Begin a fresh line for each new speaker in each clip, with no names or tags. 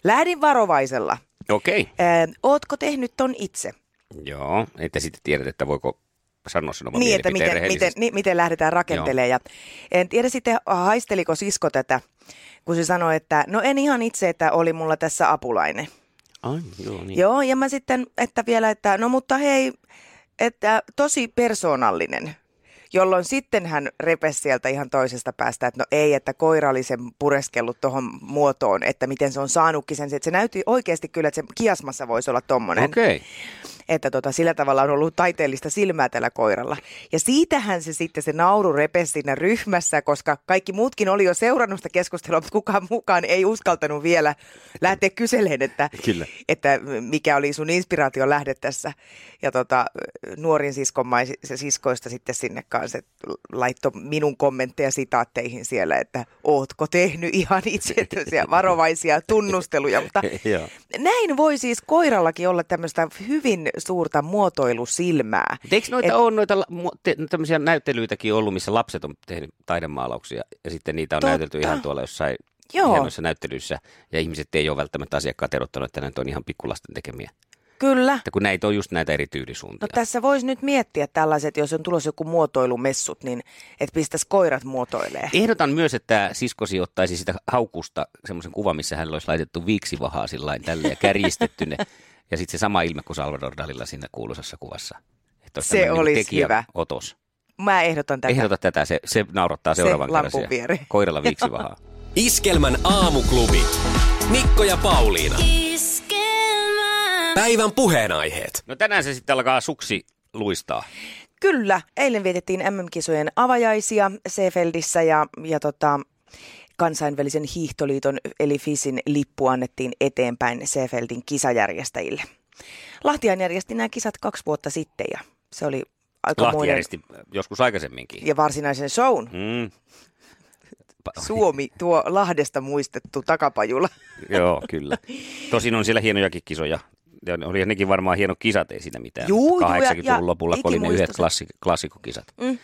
Lähdin varovaisella.
Okei. Okay.
Ö, ootko tehnyt ton itse?
Joo. Että sitten tiedät, että voiko sanoa sen oman
niin, että
mielipiteen
miten, miten,
rehellisesti.
niin, miten lähdetään rakentelemaan. Ja en tiedä sitten, haisteliko sisko tätä, kun se sanoi, että no en ihan itse, että oli mulla tässä apulainen.
Ai, joo, niin.
Niin. Joo, ja mä sitten, että vielä, että no mutta hei, että tosi persoonallinen, jolloin sitten hän repesi sieltä ihan toisesta päästä, että no ei, että koira oli sen pureskellut tuohon muotoon, että miten se on saanutkin sen, että se näytti oikeasti kyllä, että se kiasmassa voisi olla tommonen,
Okei. Okay.
että tota, sillä tavalla on ollut taiteellista silmää tällä koiralla. Ja siitähän se sitten se nauru repesi siinä ryhmässä, koska kaikki muutkin oli jo seurannut sitä keskustelua, mutta kukaan mukaan ei uskaltanut vielä lähteä kyseleen, että
Kyllä.
että mikä oli sun inspiraation lähde tässä. Ja tota, nuorin siskon mais- se siskoista sitten sinne kanssa et laittoi minun kommentteja sitaatteihin siellä, että ootko tehnyt ihan itse tämmöisiä varovaisia tunnusteluja. Mutta
Joo.
näin voi siis koirallakin olla tämmöistä hyvin suurta muotoilusilmää.
Mut Eikö noita
Et-
Et... ole noita la- mu- te- tämmöisiä näyttelyitäkin ollut, missä lapset on tehnyt taidemaalauksia ja sitten niitä on Totta.
Totta.
näytelty ihan tuolla jossain
Joo.
hienoissa näyttelyissä ja ihmiset ei ole välttämättä asiakkaat erottanut, että näitä on ihan pikkulasten tekemiä.
Kyllä.
Että kun näitä on just näitä eri
No
tyylisuuntia.
tässä voisi nyt miettiä tällaiset, jos on tulossa joku muotoilumessut, niin että pistäisi koirat muotoilee.
Ehdotan myös, että siskosi ottaisi sitä haukusta semmoisen kuvan, missä hänellä olisi laitettu viiksivahaa sillä tälle ja kärjistetty ne. Ja sitten se sama ilme kuin Salvador Dalilla siinä kuuluisassa kuvassa. Että olisi
Se
tämmöinen niinku
olisi
tekijä
hyvä.
Otos.
Mä ehdotan tätä.
Ehdota tätä, se, se naurattaa
Se
seuraavan kerran.
lampun
siellä.
viereen.
Koiralla viiksivahaa.
Iskelmän aamuklubi. Mikko ja Pauliina.
Iskelmä.
Päivän puheenaiheet.
No tänään se sitten alkaa suksi luistaa.
Kyllä, eilen vietettiin MM-kisojen avajaisia Seefeldissä ja, ja tota, kansainvälisen hiihtoliiton eli FISin lippu annettiin eteenpäin Seefeldin kisajärjestäjille. Lahtiain järjesti nämä kisat kaksi vuotta sitten ja se oli
Lahti
aikamoinen
järjesti joskus aikaisemminkin.
ja varsinaisen shown.
Mm. Pa-
Suomi, tuo Lahdesta muistettu takapajula.
Joo, kyllä. Tosin on siellä hienojakin kisoja. Ja ne- oli nekin varmaan hieno kisat, ei siinä mitään.
Juu, juu, ja-
80-luvun
ja
lopulla, kun oli ne yhdet
ikimuistoiset.
klassik- klassikokisat.
Mm.
Öö,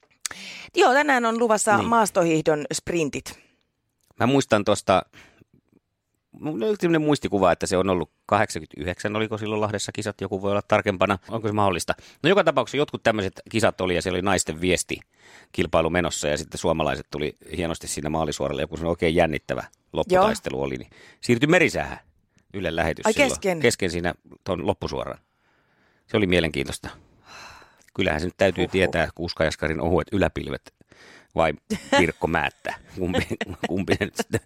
Joo, tänään on luvassa niin.
Niin.
maastohiihdon sprintit.
mä muistan tuosta, mulla on sellainen muistikuva, että se on ollut 89, oliko silloin Lahdessa kisat, joku voi olla tarkempana, onko se mahdollista. No joka tapauksessa jotkut tämmöiset kisat oli ja siellä oli naisten viesti kilpailu menossa ja sitten suomalaiset tuli hienosti siinä maalisuoralle, joku se oikein jännittävä lopputaistelu oli, niin siirtyi merisähän Ylen lähetys
Ai
silloin.
kesken?
kesken siinä tuon loppusuoran. Se oli mielenkiintoista. Kyllähän se nyt täytyy Huhhuh. tietää Kuuska Jaskarin ohuet yläpilvet vai Pirkko Määttä. Kumpi, kumpi se nyt sitten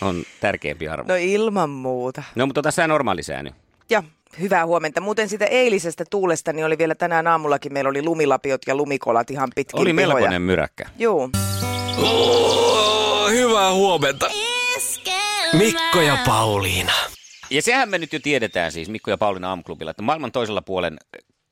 on tärkeämpi arvo.
No
No,
ilman muuta.
no mutta tässä on normaali säännö.
Ja hyvää huomenta. Muuten sitä eilisestä tuulesta niin oli vielä tänään aamullakin. Meillä oli lumilapiot ja lumikolat ihan pitkin
Oli
pihoja.
melkoinen myräkkä.
Joo.
Oh, hyvää huomenta.
Iskelmä.
Mikko ja Pauliina.
Ja sehän me nyt jo tiedetään siis Mikko ja Pauliina aamuklubilla, että maailman toisella puolen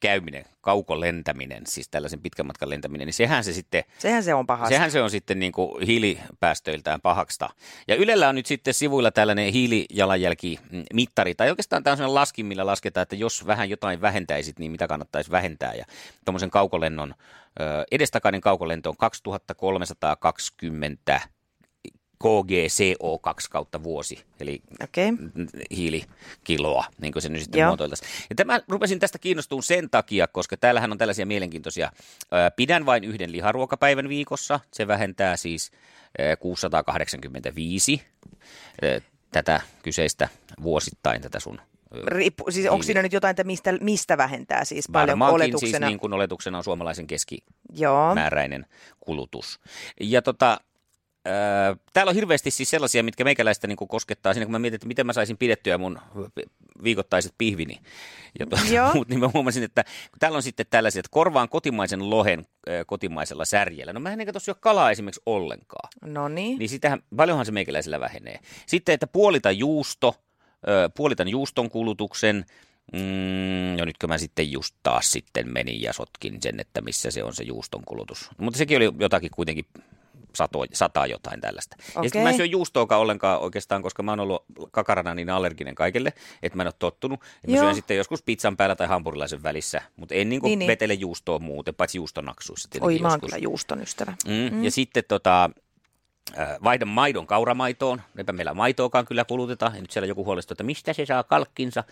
käyminen, kaukolentäminen, siis tällaisen pitkän matkan lentäminen, niin sehän se sitten
Sehän se on pahasta.
Sehän se on sitten niin kuin hiilipäästöiltään pahaksta. Ja Ylellä on nyt sitten sivuilla tällainen hiilijalanjälkimittari, tai oikeastaan tämä on sellainen laskin, millä lasketaan, että jos vähän jotain vähentäisit, niin mitä kannattaisi vähentää. Ja tuommoisen kaukolennon, ö, edestakainen kaukolento on 2320 KGCO2 kautta vuosi, eli
Okei. Okay.
hiilikiloa, niin kuin se nyt sitten
Joo.
muotoiltaisiin. Ja tämä, rupesin tästä kiinnostumaan sen takia, koska täällähän on tällaisia mielenkiintoisia. Ää, Pidän vain yhden liharuokapäivän viikossa. Se vähentää siis ää, 685 ää, tätä kyseistä vuosittain, tätä sun ää,
Riippu, siis onko siinä nyt jotain, että mistä, mistä vähentää siis paljon
niin. Varmaankin siis
oletuksena?
niin kuin oletuksena on suomalaisen keski,
Joo.
määräinen kulutus. Ja tota, ää, Täällä on hirveästi siis sellaisia, mitkä meikäläistä niin koskettaa siinä, kun mä mietin, että miten mä saisin pidettyä mun viikoittaiset pihvini. Ja
Joo.
tuota, muut, niin mä huomasin, että kun täällä on sitten tällaisia, että korvaan kotimaisen lohen ää, kotimaisella särjellä. No mä en kato syö kalaa esimerkiksi ollenkaan.
No niin.
Niin sitähän, paljonhan se meikäläisellä vähenee. Sitten, että puolita juusto, ö, puolitan juuston kulutuksen. Mm, no nytkö mä sitten just taas sitten menin ja sotkin sen, että missä se on se juuston kulutus. Mutta sekin oli jotakin kuitenkin sato, sataa jotain tällaista. Ja sitten mä en
Okei.
syö juustoakaan ollenkaan oikeastaan, koska mä oon ollut kakarana niin allerginen kaikille, että mä en ole tottunut. Ja mä
Joo.
syön sitten joskus pizzan päällä tai hampurilaisen välissä, mutta en niin kuin
Niin,
niin,
niin.
vetele juustoa muuten, paitsi juustonaksuissa tietenkin
Oi, mä oon
joskus.
kyllä juuston ystävä.
Mm. Ja sitten tota, äh, vaihda maidon kauramaitoon. Eipä meillä maitoakaan kyllä kuluteta. Ja nyt siellä joku huolestuu, että mistä se saa kalkkinsa.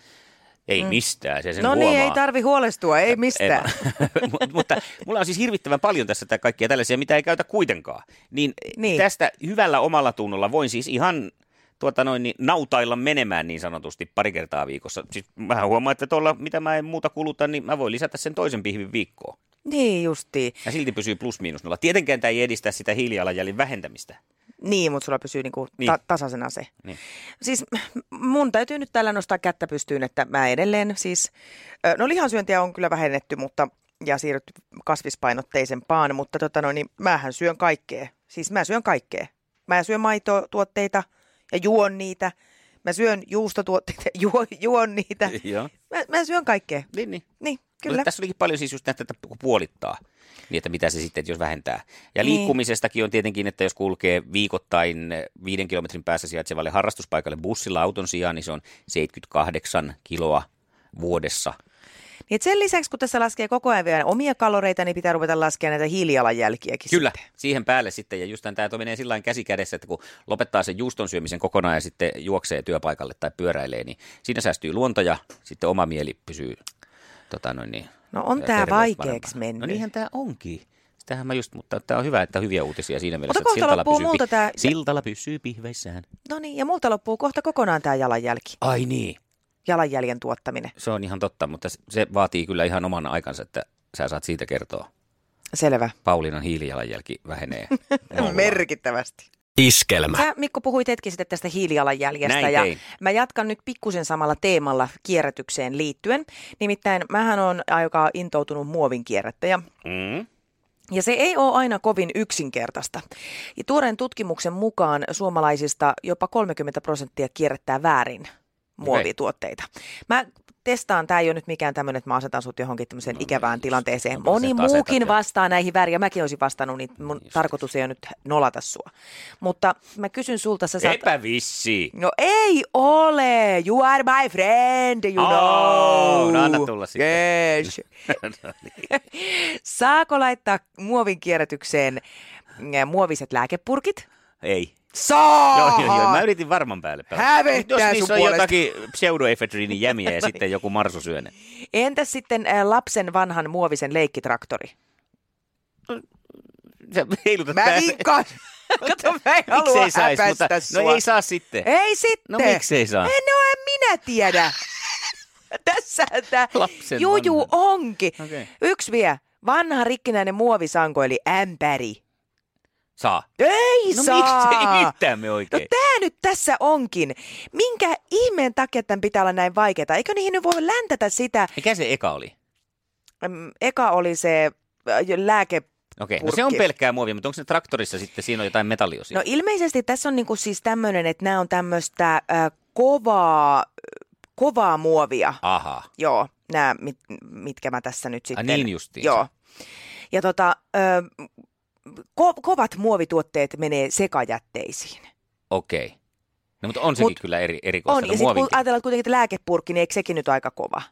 Ei mm. mistään, se sen
no
huomaa.
niin, ei tarvi huolestua, ei
Ei
mistään.
vaan. Mut- mutta mulla on siis hirvittävän paljon tässä tää kaikkia tällaisia, mitä ei käytä kuitenkaan. Niin,
Niin.
niin. tästä hyvällä omalla tunnolla voin siis ihan tuota noin, niin nautailla menemään niin sanotusti pari kertaa viikossa. Siis mä huomaan, että tuolla mitä mä en muuta kuluta, niin mä voin lisätä sen toisen pihvin viikkoon.
Niin justiin.
Ja silti pysyy plus miinus nolla. Tietenkään tämä ei edistä sitä hiilijalanjäljen vähentämistä.
Niin, mutta sulla pysyy niinku
Niin.
ta- tasaisena se.
Niin.
Siis mun täytyy nyt tällä nostaa kättä pystyyn, että mä edelleen siis, ö, no lihansyöntiä on kyllä vähennetty, mutta ja siirrytty kasvispainotteisempaan, mutta tota noin, niin mähän syön kaikkea. Siis mä syön kaikkea. Mä syön maitotuotteita ja juon niitä. Mä syön juustotuotteita ja juon, juon niitä.
Joo.
Mä, mä syön kaikkea.
Niin, niin.
Niin,
Kyllä.
kyllä.
Tässä olikin paljon siis just näitä, että kun puolittaa, niin että mitä se sitten, jos vähentää. Ja
Niin.
liikkumisestakin on tietenkin, että jos kulkee viikoittain eh, viiden kilometrin päässä sijaitsevalle harrastuspaikalle bussilla auton sijaan, niin se on 78 kiloa vuodessa.
Niin et sen lisäksi, kun tässä laskee koko ajan vielä omia kaloreita, niin pitää ruveta laskemaan näitä hiilijalanjälkiäkin
Kyllä,
sitten.
siihen päälle sitten. Ja just tämä menee sillä lailla käsi kädessä, että kun lopettaa sen juuston syömisen kokonaan ja sitten juoksee työpaikalle tai pyöräilee, niin siinä säästyy luonto ja sitten oma mieli pysyy tota noin niin,
No on
ja
tää
terveys
vaikeeks
parempana.
mennyt.
No niinhän tämä onkin. Sitähän mä just, mutta tämä on hyvä, että on hyviä uutisia siinä mielessä,
kohta
Siltala
loppuu
pysyy, pi-
multa tää-
Siltala pysyy pihveissään.
No niin, ja multa loppuu kohta kokonaan tämä jalanjälki,
Ai niin,
jalanjäljen tuottaminen.
se on ihan totta, mutta se- se vaatii kyllä ihan oman aikansa, että sä saat siitä kertoa.
Selvä.
Pauliinan hiilijalanjälki vähenee. Nollaan.
Merkittävästi.
Iskelmä.
Sä Mikko puhuit hetki sitten tästä hiilijalanjäljestä
Näin
ja
tein.
mä jatkan nyt pikkusen samalla teemalla kierrätykseen liittyen. Nimittäin mähän on aika intoutunut muovin kierrättäjä
Mm.
Ja se ei ole aina kovin yksinkertaista. Ja tuoreen tutkimuksen mukaan suomalaisista jopa 30 prosenttia kierrättää väärin muovituotteita. Mä testaan, tämä ei ole nyt mikään tämmöinen, että mä asetan sut johonkin tämmöiseen
No,
ikävään
just.
tilanteeseen.
No,
Moni
asetat, asetat,
muukin
joo.
vastaa näihin väärin ja mäkin olisin vastannut, niin mun
Just.
tarkoitus ei ole nyt nolata sua. Mutta mä kysyn sulta, sä saat...
Sepä vissi.
No ei ole! You are my friend, you
Oh,
know!
no anna tulla sitten. No niin.
Yes. Saako laittaa muovin kierrätykseen mm, muoviset lääkepurkit?
Ei.
Saa!
Joo, joo, joo. Mä yritin varman päälle pelata.
Hävettää
Jos
sun
niissä on
puolesta. Niin.
jotakin pseudoefedriinin jämiä ja sitten joku marsusyöne.
Entäs sitten ä, lapsen vanhan muovisen leikkitraktori?
Sä heilutat
Mä
päätä.
vinkkaan! Kato, mä en halua
Miksei sais,
äpäistä
mutta,
sua.
No ei saa sitten.
Ei sitten!
No miksei saa?
En, no en minä tiedä. Tässä tämä
Lapsen
juju
vanha.
onkin. Okay.
Okei.
Yksi vielä. Vanha rikkinäinen muovisanko eli ämpäri.
Saa.
Ei
No
saa.
miksei mitään me
No
oikein.
tää nyt tässä onkin. Minkä ihmeen takia tämän pitää olla näin vaikeaa? Eikö niihin nyt voi läntätä sitä?
Mikä se eka oli?
Äm, Eka oli se äh, lääke...
Okei, no se on
Purkki.
pelkkää muovia, mutta onko se traktorissa sitten, siinä on jotain metalliosia?
No ilmeisesti tässä on niinku siis tämmöinen, että nämä on tämmöistä äh, kovaa kovaa muovia.
Aha.
Joo, nämä, mit, mitkä mä tässä nyt sitten...
niin justiinsa.
Joo. Ja tota, ö, ko, kovat muovituotteet menee sekajätteisiin.
Okei. No mutta on sekin
Mut-
Mut, kyllä eri, erikoista.
On,
no,
ja sitten kun
muovinkin.
ajatellaan kuitenkin, että lääkepurkki, niin eikö sekin nyt aika kova?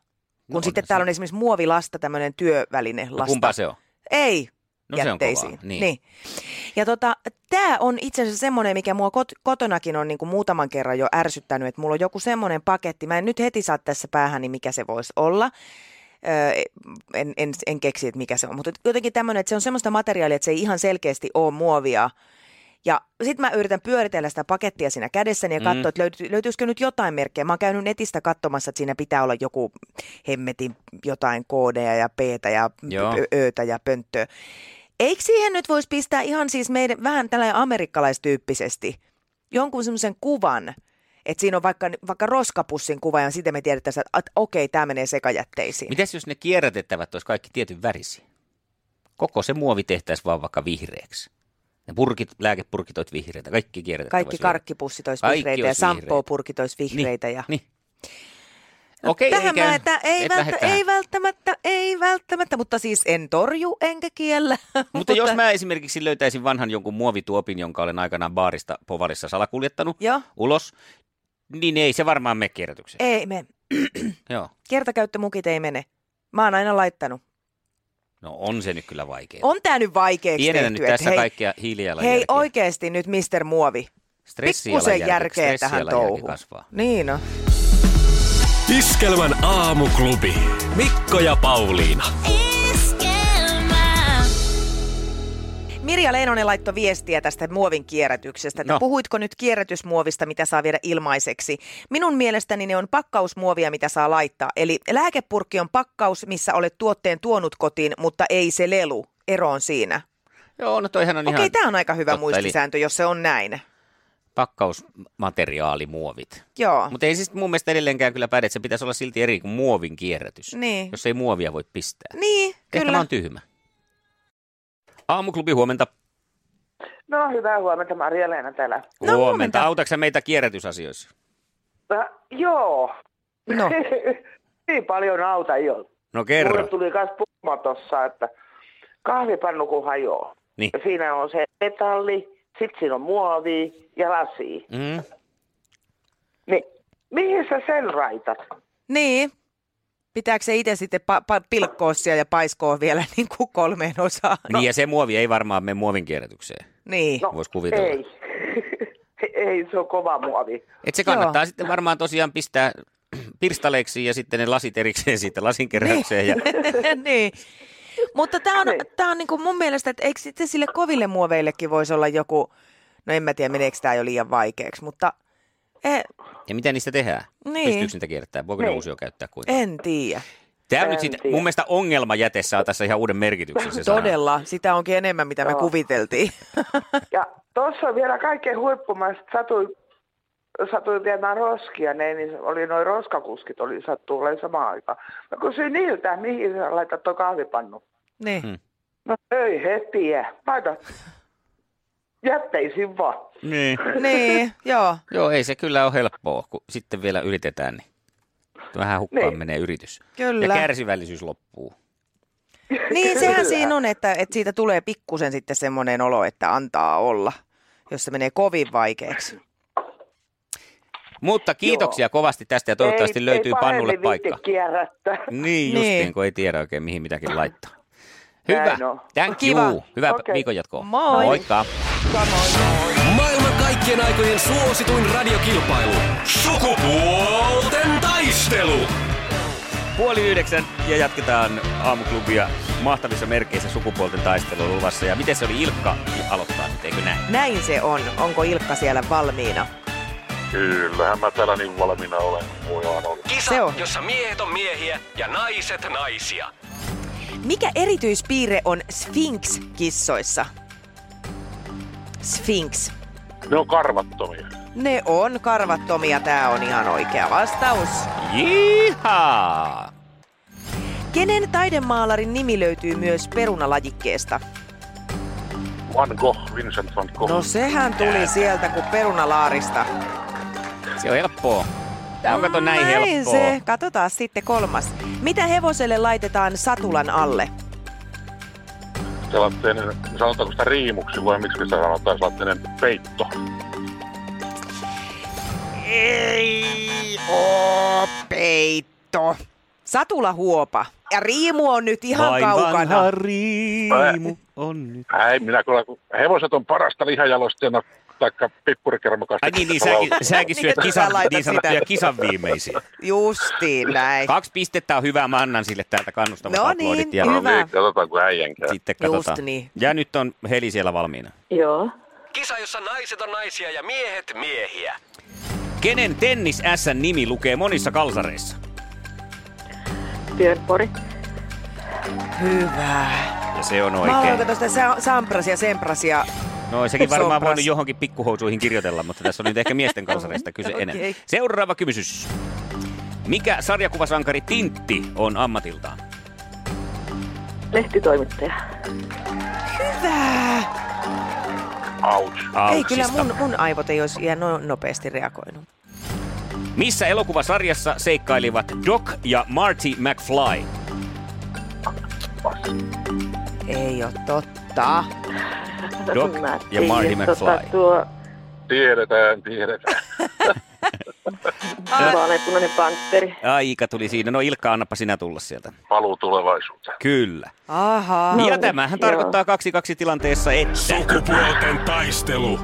Kun
No,
sitten
onhan
täällä
se.
on esimerkiksi muovilasta, tämmöinen työväline
No,
lasta.
kumpaa se on?
Ei,
No
jätteisiin.
se on kovaa. Niin.
Niin. Ja tota, tämä on itse asiassa semmoinen, mikä mua kot- kotonakin on niinku muutaman kerran jo ärsyttänyt, että mulla on joku semmoinen paketti. Mä en nyt heti saa tässä päähän, niin mikä se voisi olla. Öö, en, en, en keksi, että mikä se on. Mutta jotenkin tämmöinen, että se on semmoista materiaalia, että se ei ihan selkeästi ole muovia. Ja sitten mä yritän pyöritellä sitä pakettia siinä kädessäni ja katsoa,
Mm.
että löyty, löytyisikö nyt jotain merkkejä. Mä oon käynyt netistä katsomassa, että siinä pitää olla joku hemmetin jotain koodeja ja peetä ja
Joo.
pö- öötä ja pönttöä. Eikö siihen nyt voisi pistää ihan siis meidän vähän tällainen amerikkalaistyyppisesti jonkun semmoisen kuvan, että siinä on vaikka, vaikka roskapussin kuva ja sitten me tiedetään, että at- okei, tämä menee sekajätteisiin.
Mitäs jos ne kierrätettävät olisi kaikki tietyn värisiä? Koko se muovi tehtäisiin vaan vaikka vihreäksi. Ne purkit, lääkepurkit olisi vihreitä, kaikki kierrätettävät.
Kaikki karkkipussit olisi
Kaikki
vihreitä ja
olisi vihreitä.
sampoopurkit olisi vihreitä. Ja...
Niin. Okei,
No, Tähän
ei,
mä,
käy.
että ei,
Et
välttä,
lähde tähän.
ei välttämättä, ei välttämättä, mutta siis en torju enkä kiellä.
Mutta jos mä esimerkiksi löytäisin vanhan jonkun muovituopin, jonka olen aikanaan baarista Povalissa salakuljettanut
Joo,
ulos, niin ei se varmaan mene kierrätykseen.
ei me.
Joo.
Kertakäyttömukit ei mene. Mä oon aina laittanut.
No on se nyt kyllä vaikeaa.
On tää nyt vaikeeksi
Pienenä nyt
tehty.
tässä
että hei,
kaikkia hiilijalanjälkiä.
hei oikeesti nyt Mister Muovi. pikkusen
Stressijalanjälki-
järkeä tähän
stressijalanjälki
touhuun.
kasvaa.
Niin on.
Iskelmän aamuklubi. Mikko ja Pauliina.
Esquema.
Mirja Leinonen laittoi viestiä tästä muovin kierrätyksestä. Että
No.
Puhuitko nyt kierrätysmuovista, mitä saa viedä ilmaiseksi? Minun mielestäni ne on pakkausmuovia, mitä saa laittaa. Eli lääkepurkki on pakkaus, missä olet tuotteen tuonut kotiin, mutta ei se lelu. Ero on siinä.
Joo, no toihan on
Okei,
ihan...
tämä on aika hyvä
totta,
muistisääntö, jos se on näin.
pakkausmateriaalimuovit.
Joo.
Mutta ei siis mun mielestä edelleenkään kyllä päde, että se pitäisi olla silti eri kuin muovin kierrätys,
Niin.
jos ei muovia voi pistää.
Niin,
Ehkä mä
kyllä.
oon tyhmä. Aamuklubi huomenta.
No hyvää huomenta, Maria-Leena täällä.
No, huomenta.
huomenta. Autatko meitä kierrätysasioissa?
Äh, joo.
No.
niin paljon auta jo.
No
Mulle
kerro.
tuli myös puhuma tossa, että kahvipannu kun hajoaa.
Niin.
Ja siinä on se metalli, sit siinä on muovi ja lasi.
Mm.
Niin, mihin sä sen raitat?
Niin. Pitääkö se itse sitten pa- pa- pilkkoa siellä ja paiskoa vielä niin kuin kolmeen osaan?
No. Niin ja se muovi ei varmaan mene muovin kierrätykseen.
niin.
No,
Vois kuvitella.
Ei. ei, se on kova muovi.
Et se kannattaa Joo. sitten varmaan tosiaan pistää pirstaleiksi ja sitten ne lasit erikseen siitä lasinkeräykseen. Ja...
niin. Mutta tämä on,
Niin.
tää on niinku mun mielestä, että eikö sitten sille koville muoveillekin voisi olla joku, no en mä tiedä meneekö tämä jo liian vaikeaksi, mutta e,
ja mitä niistä tehdään?
Niin.
Pystyykö niitä kierrättämään? Voiko ne
Niin.
uusio käyttää kuinka?
en tiedä.
Tämä on
En
nyt siitä,
tiedä.
mun mielestä ongelmajäte saa tässä ihan uuden merkityksen se sana.
Todella, sitä onkin enemmän mitä me
Joo.
kuviteltiin.
Ja tuossa vielä kaikkein huippumasta satui, satui viemään roskia, ne, niin oli noin roskakuskit, oli sattuu olemaan samaan aikaan. Mä kysyin niiltä, mihin sä laitat tuon kahvipannu.
niin.
Mm.
No ei hetiä, laita jätteisiin vaan.
Niin.
niin, joo.
Joo, ei se kyllä ole helppoa, kun sitten vielä yritetään, niin vähän hukkaan
Niin.
menee yritys.
Kyllä.
Ja kärsivällisyys loppuu.
Niin, sehän
Kyllä.
siinä on, että, että siitä tulee pikkusen sitten semmoinen olo, että antaa olla, jos se menee kovin vaikeaksi.
Mutta kiitoksia Joo. kovasti tästä ja toivottavasti
ei,
löytyy
ei
pannulle
pahemmin
paikka.
viitsi kierrättää.
Niin, justiin,
Niin.
niin. kun ei tiedä oikein mihin mitäkin laittaa. Hyvä.
Näin on.
Thank
Kiva.
you. Hyvää
Okei.
okay. viikon jatkoa.
Moi.
Moikka.
Maailman kaikkien aikojen suosituin radiokilpailu. Sukupuolten taistelu.
Puoli yhdeksän ja jatketaan aamuklubia mahtavissa merkeissä sukupuolten taistelun luvassa. Ja miten se oli Ilkka aloittaa nyt, eikö näin?
Näin se on. Onko Ilkka siellä valmiina?
Kyllähän mä täällä niin valmiina olen, kuin voi aina olla.
Kisa,
Se on.
jossa miehet on miehiä ja naiset naisia.
Mikä erityispiirre on Sphinx-kissoissa? Sphinx.
Ne on karvattomia.
Ne on karvattomia, tää on ihan oikea vastaus.
Jihaa!
Kenen taidemaalarin nimi löytyy myös perunalajikkeesta?
Van Gogh, Vincent van
No.
Gogh.
No sehän tuli sieltä kuin perunalaarista.
Se on helppoa. Tää on kato näin
Näin
helppoa.
se. Katsotaan sitten kolmas. Mitä hevoselle laitetaan satulan alle?
Sellainen, sanotaanko sitä riimuksi vai miksi sitä sanotaan, sellainen peitto.
Ei oo peitto.
Satulahuopa. Ja riimu on nyt ihan kaukana.
vanha riimu on nyt.
Ei, minä kyllä, kun hevoset on parasta lihajalosteena, taikka pippurikermakasta.
Ai niin, niin säkin, säkin
Niin,
syöt
että sä
kisan,
laitat
niin sanottuja kisan viimeisiä.
Justiin näin.
Kaksi pistettä on hyvä, mä annan sille täältä kannustavat
No
aplodit
niin,
ja
No
hyvä.
niin, katsotaan kun äijän käy.
sitten
Just
katsotaan.
niin.
Ja nyt on Heli siellä valmiina.
Joo.
Kisa, jossa naiset on naisia ja miehet miehiä.
Kenen tennis S nimi lukee monissa kalsareissa?
Björnborg.
Hyvä.
Ja se on
Mä oon
oikein.
tuosta Sa- Sampras ja Semprasia.
No sekin varmaan
Sopras.
voinut johonkin pikkuhousuihin kirjoitella, mutta tässä on nyt ehkä miesten kalsareista kyse
Okei.
enemmän. Seuraava kysymys. Mikä sarjakuvasankari Tintti on ammatiltaan?
Lehtitoimittaja.
Hyvä.
Ouch.
Ei kyllä
Auksista.
mun, mun aivot ei olisi ihan noin nopeasti reagoinut.
Missä elokuvasarjassa seikkailivat Doc ja Marty McFly?
Ei oo totta.
Doc
Mä
ja Marty
tiedän, tota,
McFly.
tuo
Tiedetään, tiedetään.
vaaleanpunainen panteri.
Aika tuli siinä. No Ilkka, annapa sinä tulla sieltä.
Paluu tulevaisuuteen.
Kyllä.
Aha.
Ja tämähän
joo.
tarkoittaa 2-2 tilanteessa, että...
Sukupuolten taistelu.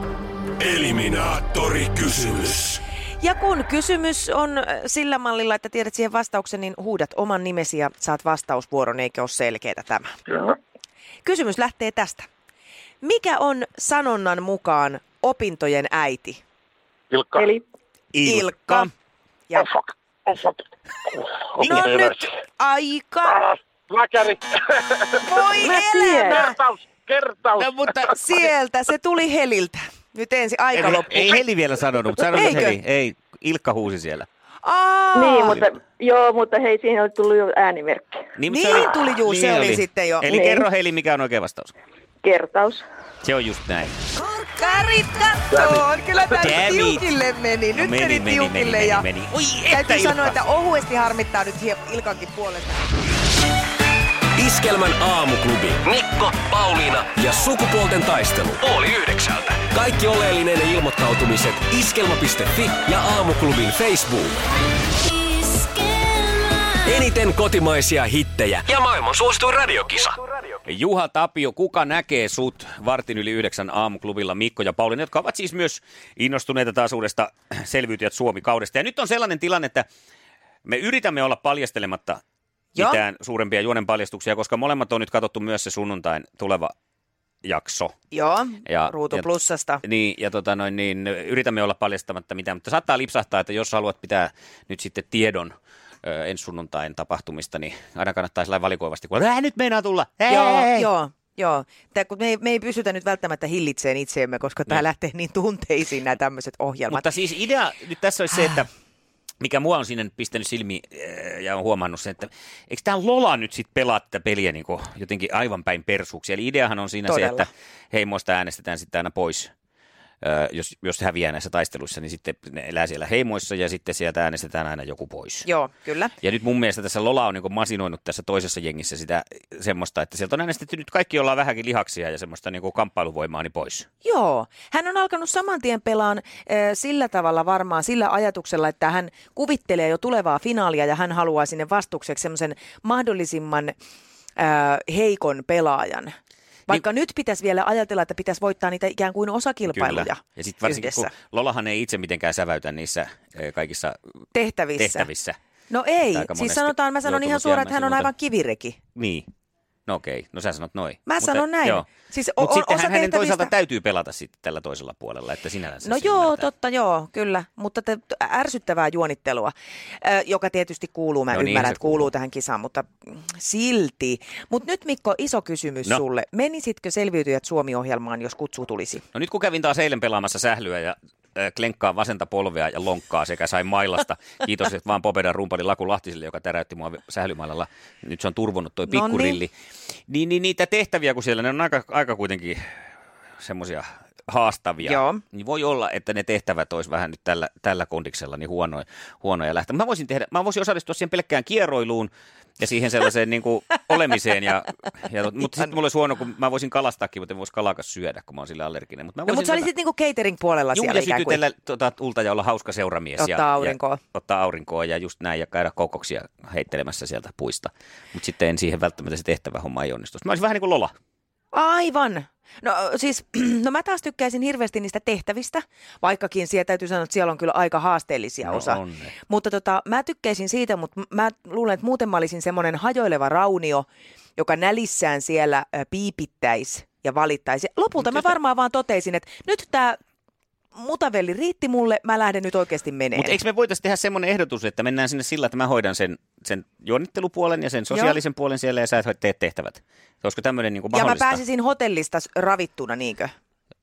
Eliminaattori kysymys.
Ja kun kysymys on äh, sillä mallilla, että tiedät siihen vastauksen, niin huudat oman nimesi ja saat vastausvuoron, eikä ole selkeätä tämä.
Kyllä.
Kysymys lähtee tästä. Mikä on sanonnan mukaan opintojen äiti?
Ilkka.
Eli
Ilkka. Ja
Oh, fuck. Oh, fuck.
Niin
no
Opintojen
nyt
äiti.
aika.
Ah, Läkäri.
Voi
Mä
elämä.
tiedän.
Kertaus. Kertaus.
No, mutta
Sieltä se tuli Heliltä. Nyt ensin aika
ei,
loppu.
ei Heli vielä sanonut, mutta sanonut
Eikö?
Heli. Ei, Ilkka huusi siellä.
Aa,
Niin, mutta, joo, mutta hei, siihen oli tullut jo äänimerkki.
mutta
Niin tuli juu, se oli sitten jo.
Eli
Niin.
kerro Heli, mikä on oikea vastaus.
Kertaus.
Se on just näin.
Karit kattoon! Kyllä tämä
Kävit.
tiukille meni. Nyt meni,
No meni,
meni
meni,
tiukille
meni,
ja
meni, meni. Oi, että
täytyy
Ilkka.
sanoa, että ohuesti harmittaa nyt hie- Ilkankin puolesta.
Iskelmän aamuklubi. Mikko, Pauliina ja sukupuolten taistelu. Oli yhdeksältä. Kaikki oleellinen ilmoittautumiset iskelma.fi ja aamuklubin Facebook. Eniten kotimaisia hittejä ja maailman suosituin radiokisa.
Juha Tapio, kuka näkee sut vartin yli yhdeksän aamuklubilla Mikko ja Pauliina, jotka ovat siis myös innostuneita taas uudesta selviytyjät Suomi-kaudesta. Ja nyt on sellainen tilanne, että me yritämme olla paljastelematta
Joo.
mitään suurempia juonen paljastuksia, koska molemmat on nyt katsottu myös se sunnuntain tuleva jakso.
Joo,
Ja-
ja, Ruutu
ja-
Plussasta.
Niin, ja tota noin, niin, yritämme olla paljastamatta mitään, mutta saattaa lipsahtaa, että jos haluat pitää nyt sitten tiedon ö, ensi sunnuntain tapahtumista, niin aina kannattaa sillä lailla valikoivasti, kun "Ää, nyt meinaa tulla. Ää,
Joo,
ää, ää."
joo. Joo, Tää, kun me, ei, me ei pysytä nyt välttämättä hillitseen itseemme, koska tämä
Niin.
lähtee niin tunteisiin nämä tämmöiset ohjelmat.
Mutta siis idea nyt tässä olisi se,
Ah.
että mikä mua on siinä nyt pistänyt silmiin äh, ja on huomannut sen, että eikö tämä Lola nyt sitten pelaa tätä peliä niin jotenkin aivan päin persuuksi? Eli ideahan on siinä se,
Todella.
että heimoista äänestetään sitten aina pois. Äh, Jos, jos häviää näissä taisteluissa, niin sitten ne elää siellä heimoissa ja sitten sieltä äänestetään aina joku pois.
Joo, kyllä.
Ja nyt mun mielestä tässä Lola on niin masinoinut tässä toisessa jengissä sitä semmoista, että sieltä on äänestetty nyt kaikki, joilla on vähänkin lihaksia ja semmoista niin kamppailuvoimaa, niin pois.
Joo, hän on alkanut saman tien pelaan äh, sillä tavalla varmaan sillä ajatuksella, että hän kuvittelee jo tulevaa finaalia ja hän haluaa sinne vastukseksi semmoisen mahdollisimman äh, heikon pelaajan. Vaikka niin, nyt pitäisi vielä ajatella, että pitäisi voittaa niitä ikään kuin osakilpailuja
Kyllä. Ja sitten varsinkin,
yhdessä
kun Lolahan ei itse mitenkään säväytä niissä eh, kaikissa
tehtävissä.
tehtävissä.
No ei,
Aika
siis
monesti
sanotaan, mä sanon ihan
joutunut
suoraan, että
jäämään
hän on
sen
aivan kivireki.
Niin. No okei, no sä sanot noin.
Mä sanon näin. Siis o-
Mutta
on-
sittenhän
osa
hänen
tehtävistä-
toisaalta täytyy pelata sitten tällä toisella puolella, että sinällänsä
No
se
joo,
ymmärtää.
totta joo, kyllä. Mutta te, t- ärsyttävää juonittelua, ö, joka tietysti kuuluu, mä
No
no,
niin,
ymmärrän,
se
että kuuluu
kuuluu.
tähän kisaan, mutta mm, silti. Mutta nyt Mikko, iso kysymys
No.
no. sulle. Menisitkö Selviytyjät Suomi-ohjelmaan, jos kutsu tulisi?
No nyt kun kävin taas eilen pelaamassa sählyä ja äh, klenkkaa vasenta polvea ja lonkkaa sekä sain mailasta. Kiitos että vaan Popedan rumpali Laku Lahtiselle, joka täräytti mua sählymailalla. Nyt se on turvonnut toi
Nonni.
pikkurilli. Niin, niin niitä tehtäviä, kun siellä ne on aika, aika kuitenkin semmoisia haastavia,
Joo.
niin voi olla, että ne tehtävät olisi vähän nyt tällä, tällä kondiksella niin huonoja, huonoja lähteä. Mä voisin, tehdä, mä voisin osallistua siihen pelkkään kieroiluun ja siihen sellaiseen niin kuin olemiseen. Ja, ja, mutta sitten mulla olisi huono, kun mä voisin kalastaakin, mutta en voisi kalakas syödä, kun mä oon sillä allerginen. Mutta mä
No,
voisin
mutta sä
tota-
olisit niinku catering-puolella
Juu,
siellä
ja
ikään kuin.
sytytellä tuota, ulta ja olla hauska seuramies. ja,
Ottaa aurinkoa.
Ja, ottaa aurinkoa ja just näin ja käydä kokoksia heittelemässä sieltä puista. Mutta sitten en siihen välttämättä se tehtävä homma ei onnistu. Mä olisin vähän niin kuin Lola.
Aivan. No siis, no mä taas tykkäisin hirveästi niistä tehtävistä, vaikkakin siellä täytyy sanoa, että siellä on kyllä aika haasteellisia
No
osa.
on ne.
Mutta tota, mä tykkäisin siitä, mutta m- mä luulen, että muuten mä olisin semmoinen hajoileva raunio, joka nälissään siellä ö, piipittäisi ja valittaisi. Lopulta mä varmaan vaan totesin, että nyt tämä mutavelli riitti mulle, mä lähden nyt oikeasti meneen.
Mutta eikö me voitaisiin tehdä semmoinen ehdotus, että mennään sinne sillä, että mä hoidan sen, sen juonnittelupuolen ja sen sosiaalisen Joo. puolen siellä ja sä et tee tehtävät. Olisiko tämmöinen niin kuin
ja mä
mahdollista?
pääsisin hotellista s- ravittuna, niinkö?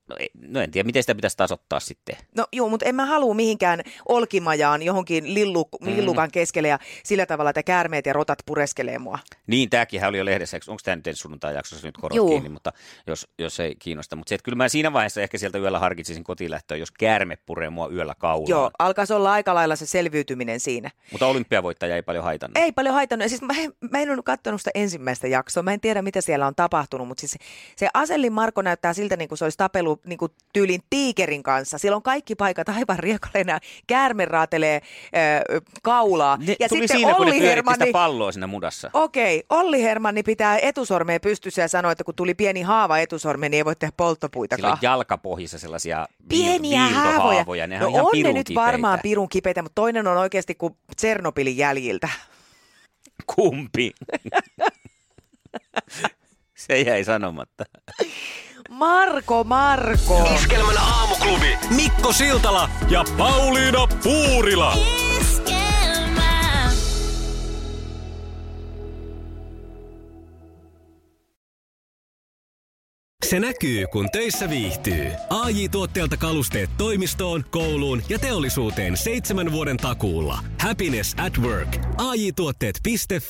No, ei- no en tiedä, miten sitä pitäisi tasoittaa sitten.
No joo, mutta en mä halua mihinkään olkimajaan johonkin lillu, lillukan keskelle ja sillä tavalla, että käärmeet ja rotat pureskelee mua.
Niin, tämäkin oli jo lehdessä. eikö- Onko tämä nyt ensi sunnuntai-jaksossa nyt korot
Juu.
kiinni, mutta jos, jos ei kiinnosta. Mutta se, että kyllä mä siinä vaiheessa ehkä sieltä yöllä harkitsisin kotilähtöä, jos käärme puree mua yöllä kaulaan.
Joo, alkaisi olla aika lailla se selviytyminen siinä.
Mutta olympiavoittaja ei paljon haitannut.
Ei paljon haitannut. Ja Siis mä, en- mä en ole katsonut sitä ensimmäistä jaksoa. Mä en tiedä, mitä siellä on tapahtunut, mutta siis se Asellin Marko näyttää siltä, niin kuin se olisi tapellut niin kuin tyylin tiikerin kanssa. Siellä on kaikki paikat aivan riekaleena. Käärme raatelee äh, kaulaa.
Ne
ja
tuli
sitten
siinä, kun ne
Olli
pyöritti
Hermanni...
sitä palloa siinä mudassa.
Okei, Olli Hermanni pitää etusormea pystyssä ja sanoi, että kun tuli pieni haava etusormeen, niin ei voi tehdä
Sillä on
polttopuitakaan.
jalkapohjissa sellaisia viil-
Pieniä haavoja.
viiltohaavoja. Nehän
No
on ihan
on ne
pirun
nyt
kipeitä.
varmaan pirun kipeitä, mutta toinen on oikeasti kuin Tsernobylin jäljiltä.
Kumpi? Se jäi sanomatta.
Marko, Marko!
Iskelmän aamuklubi.
Mikko Siltala
Ja Pauliina Puurila.
Esquema.
Se näkyy, kun töissä viihtyy. ai tuotteelta kalusteet toimistoon, kouluun ja teollisuuteen seitsemän vuoden takuulla. Happiness at work. AJ-tuotteet.fi.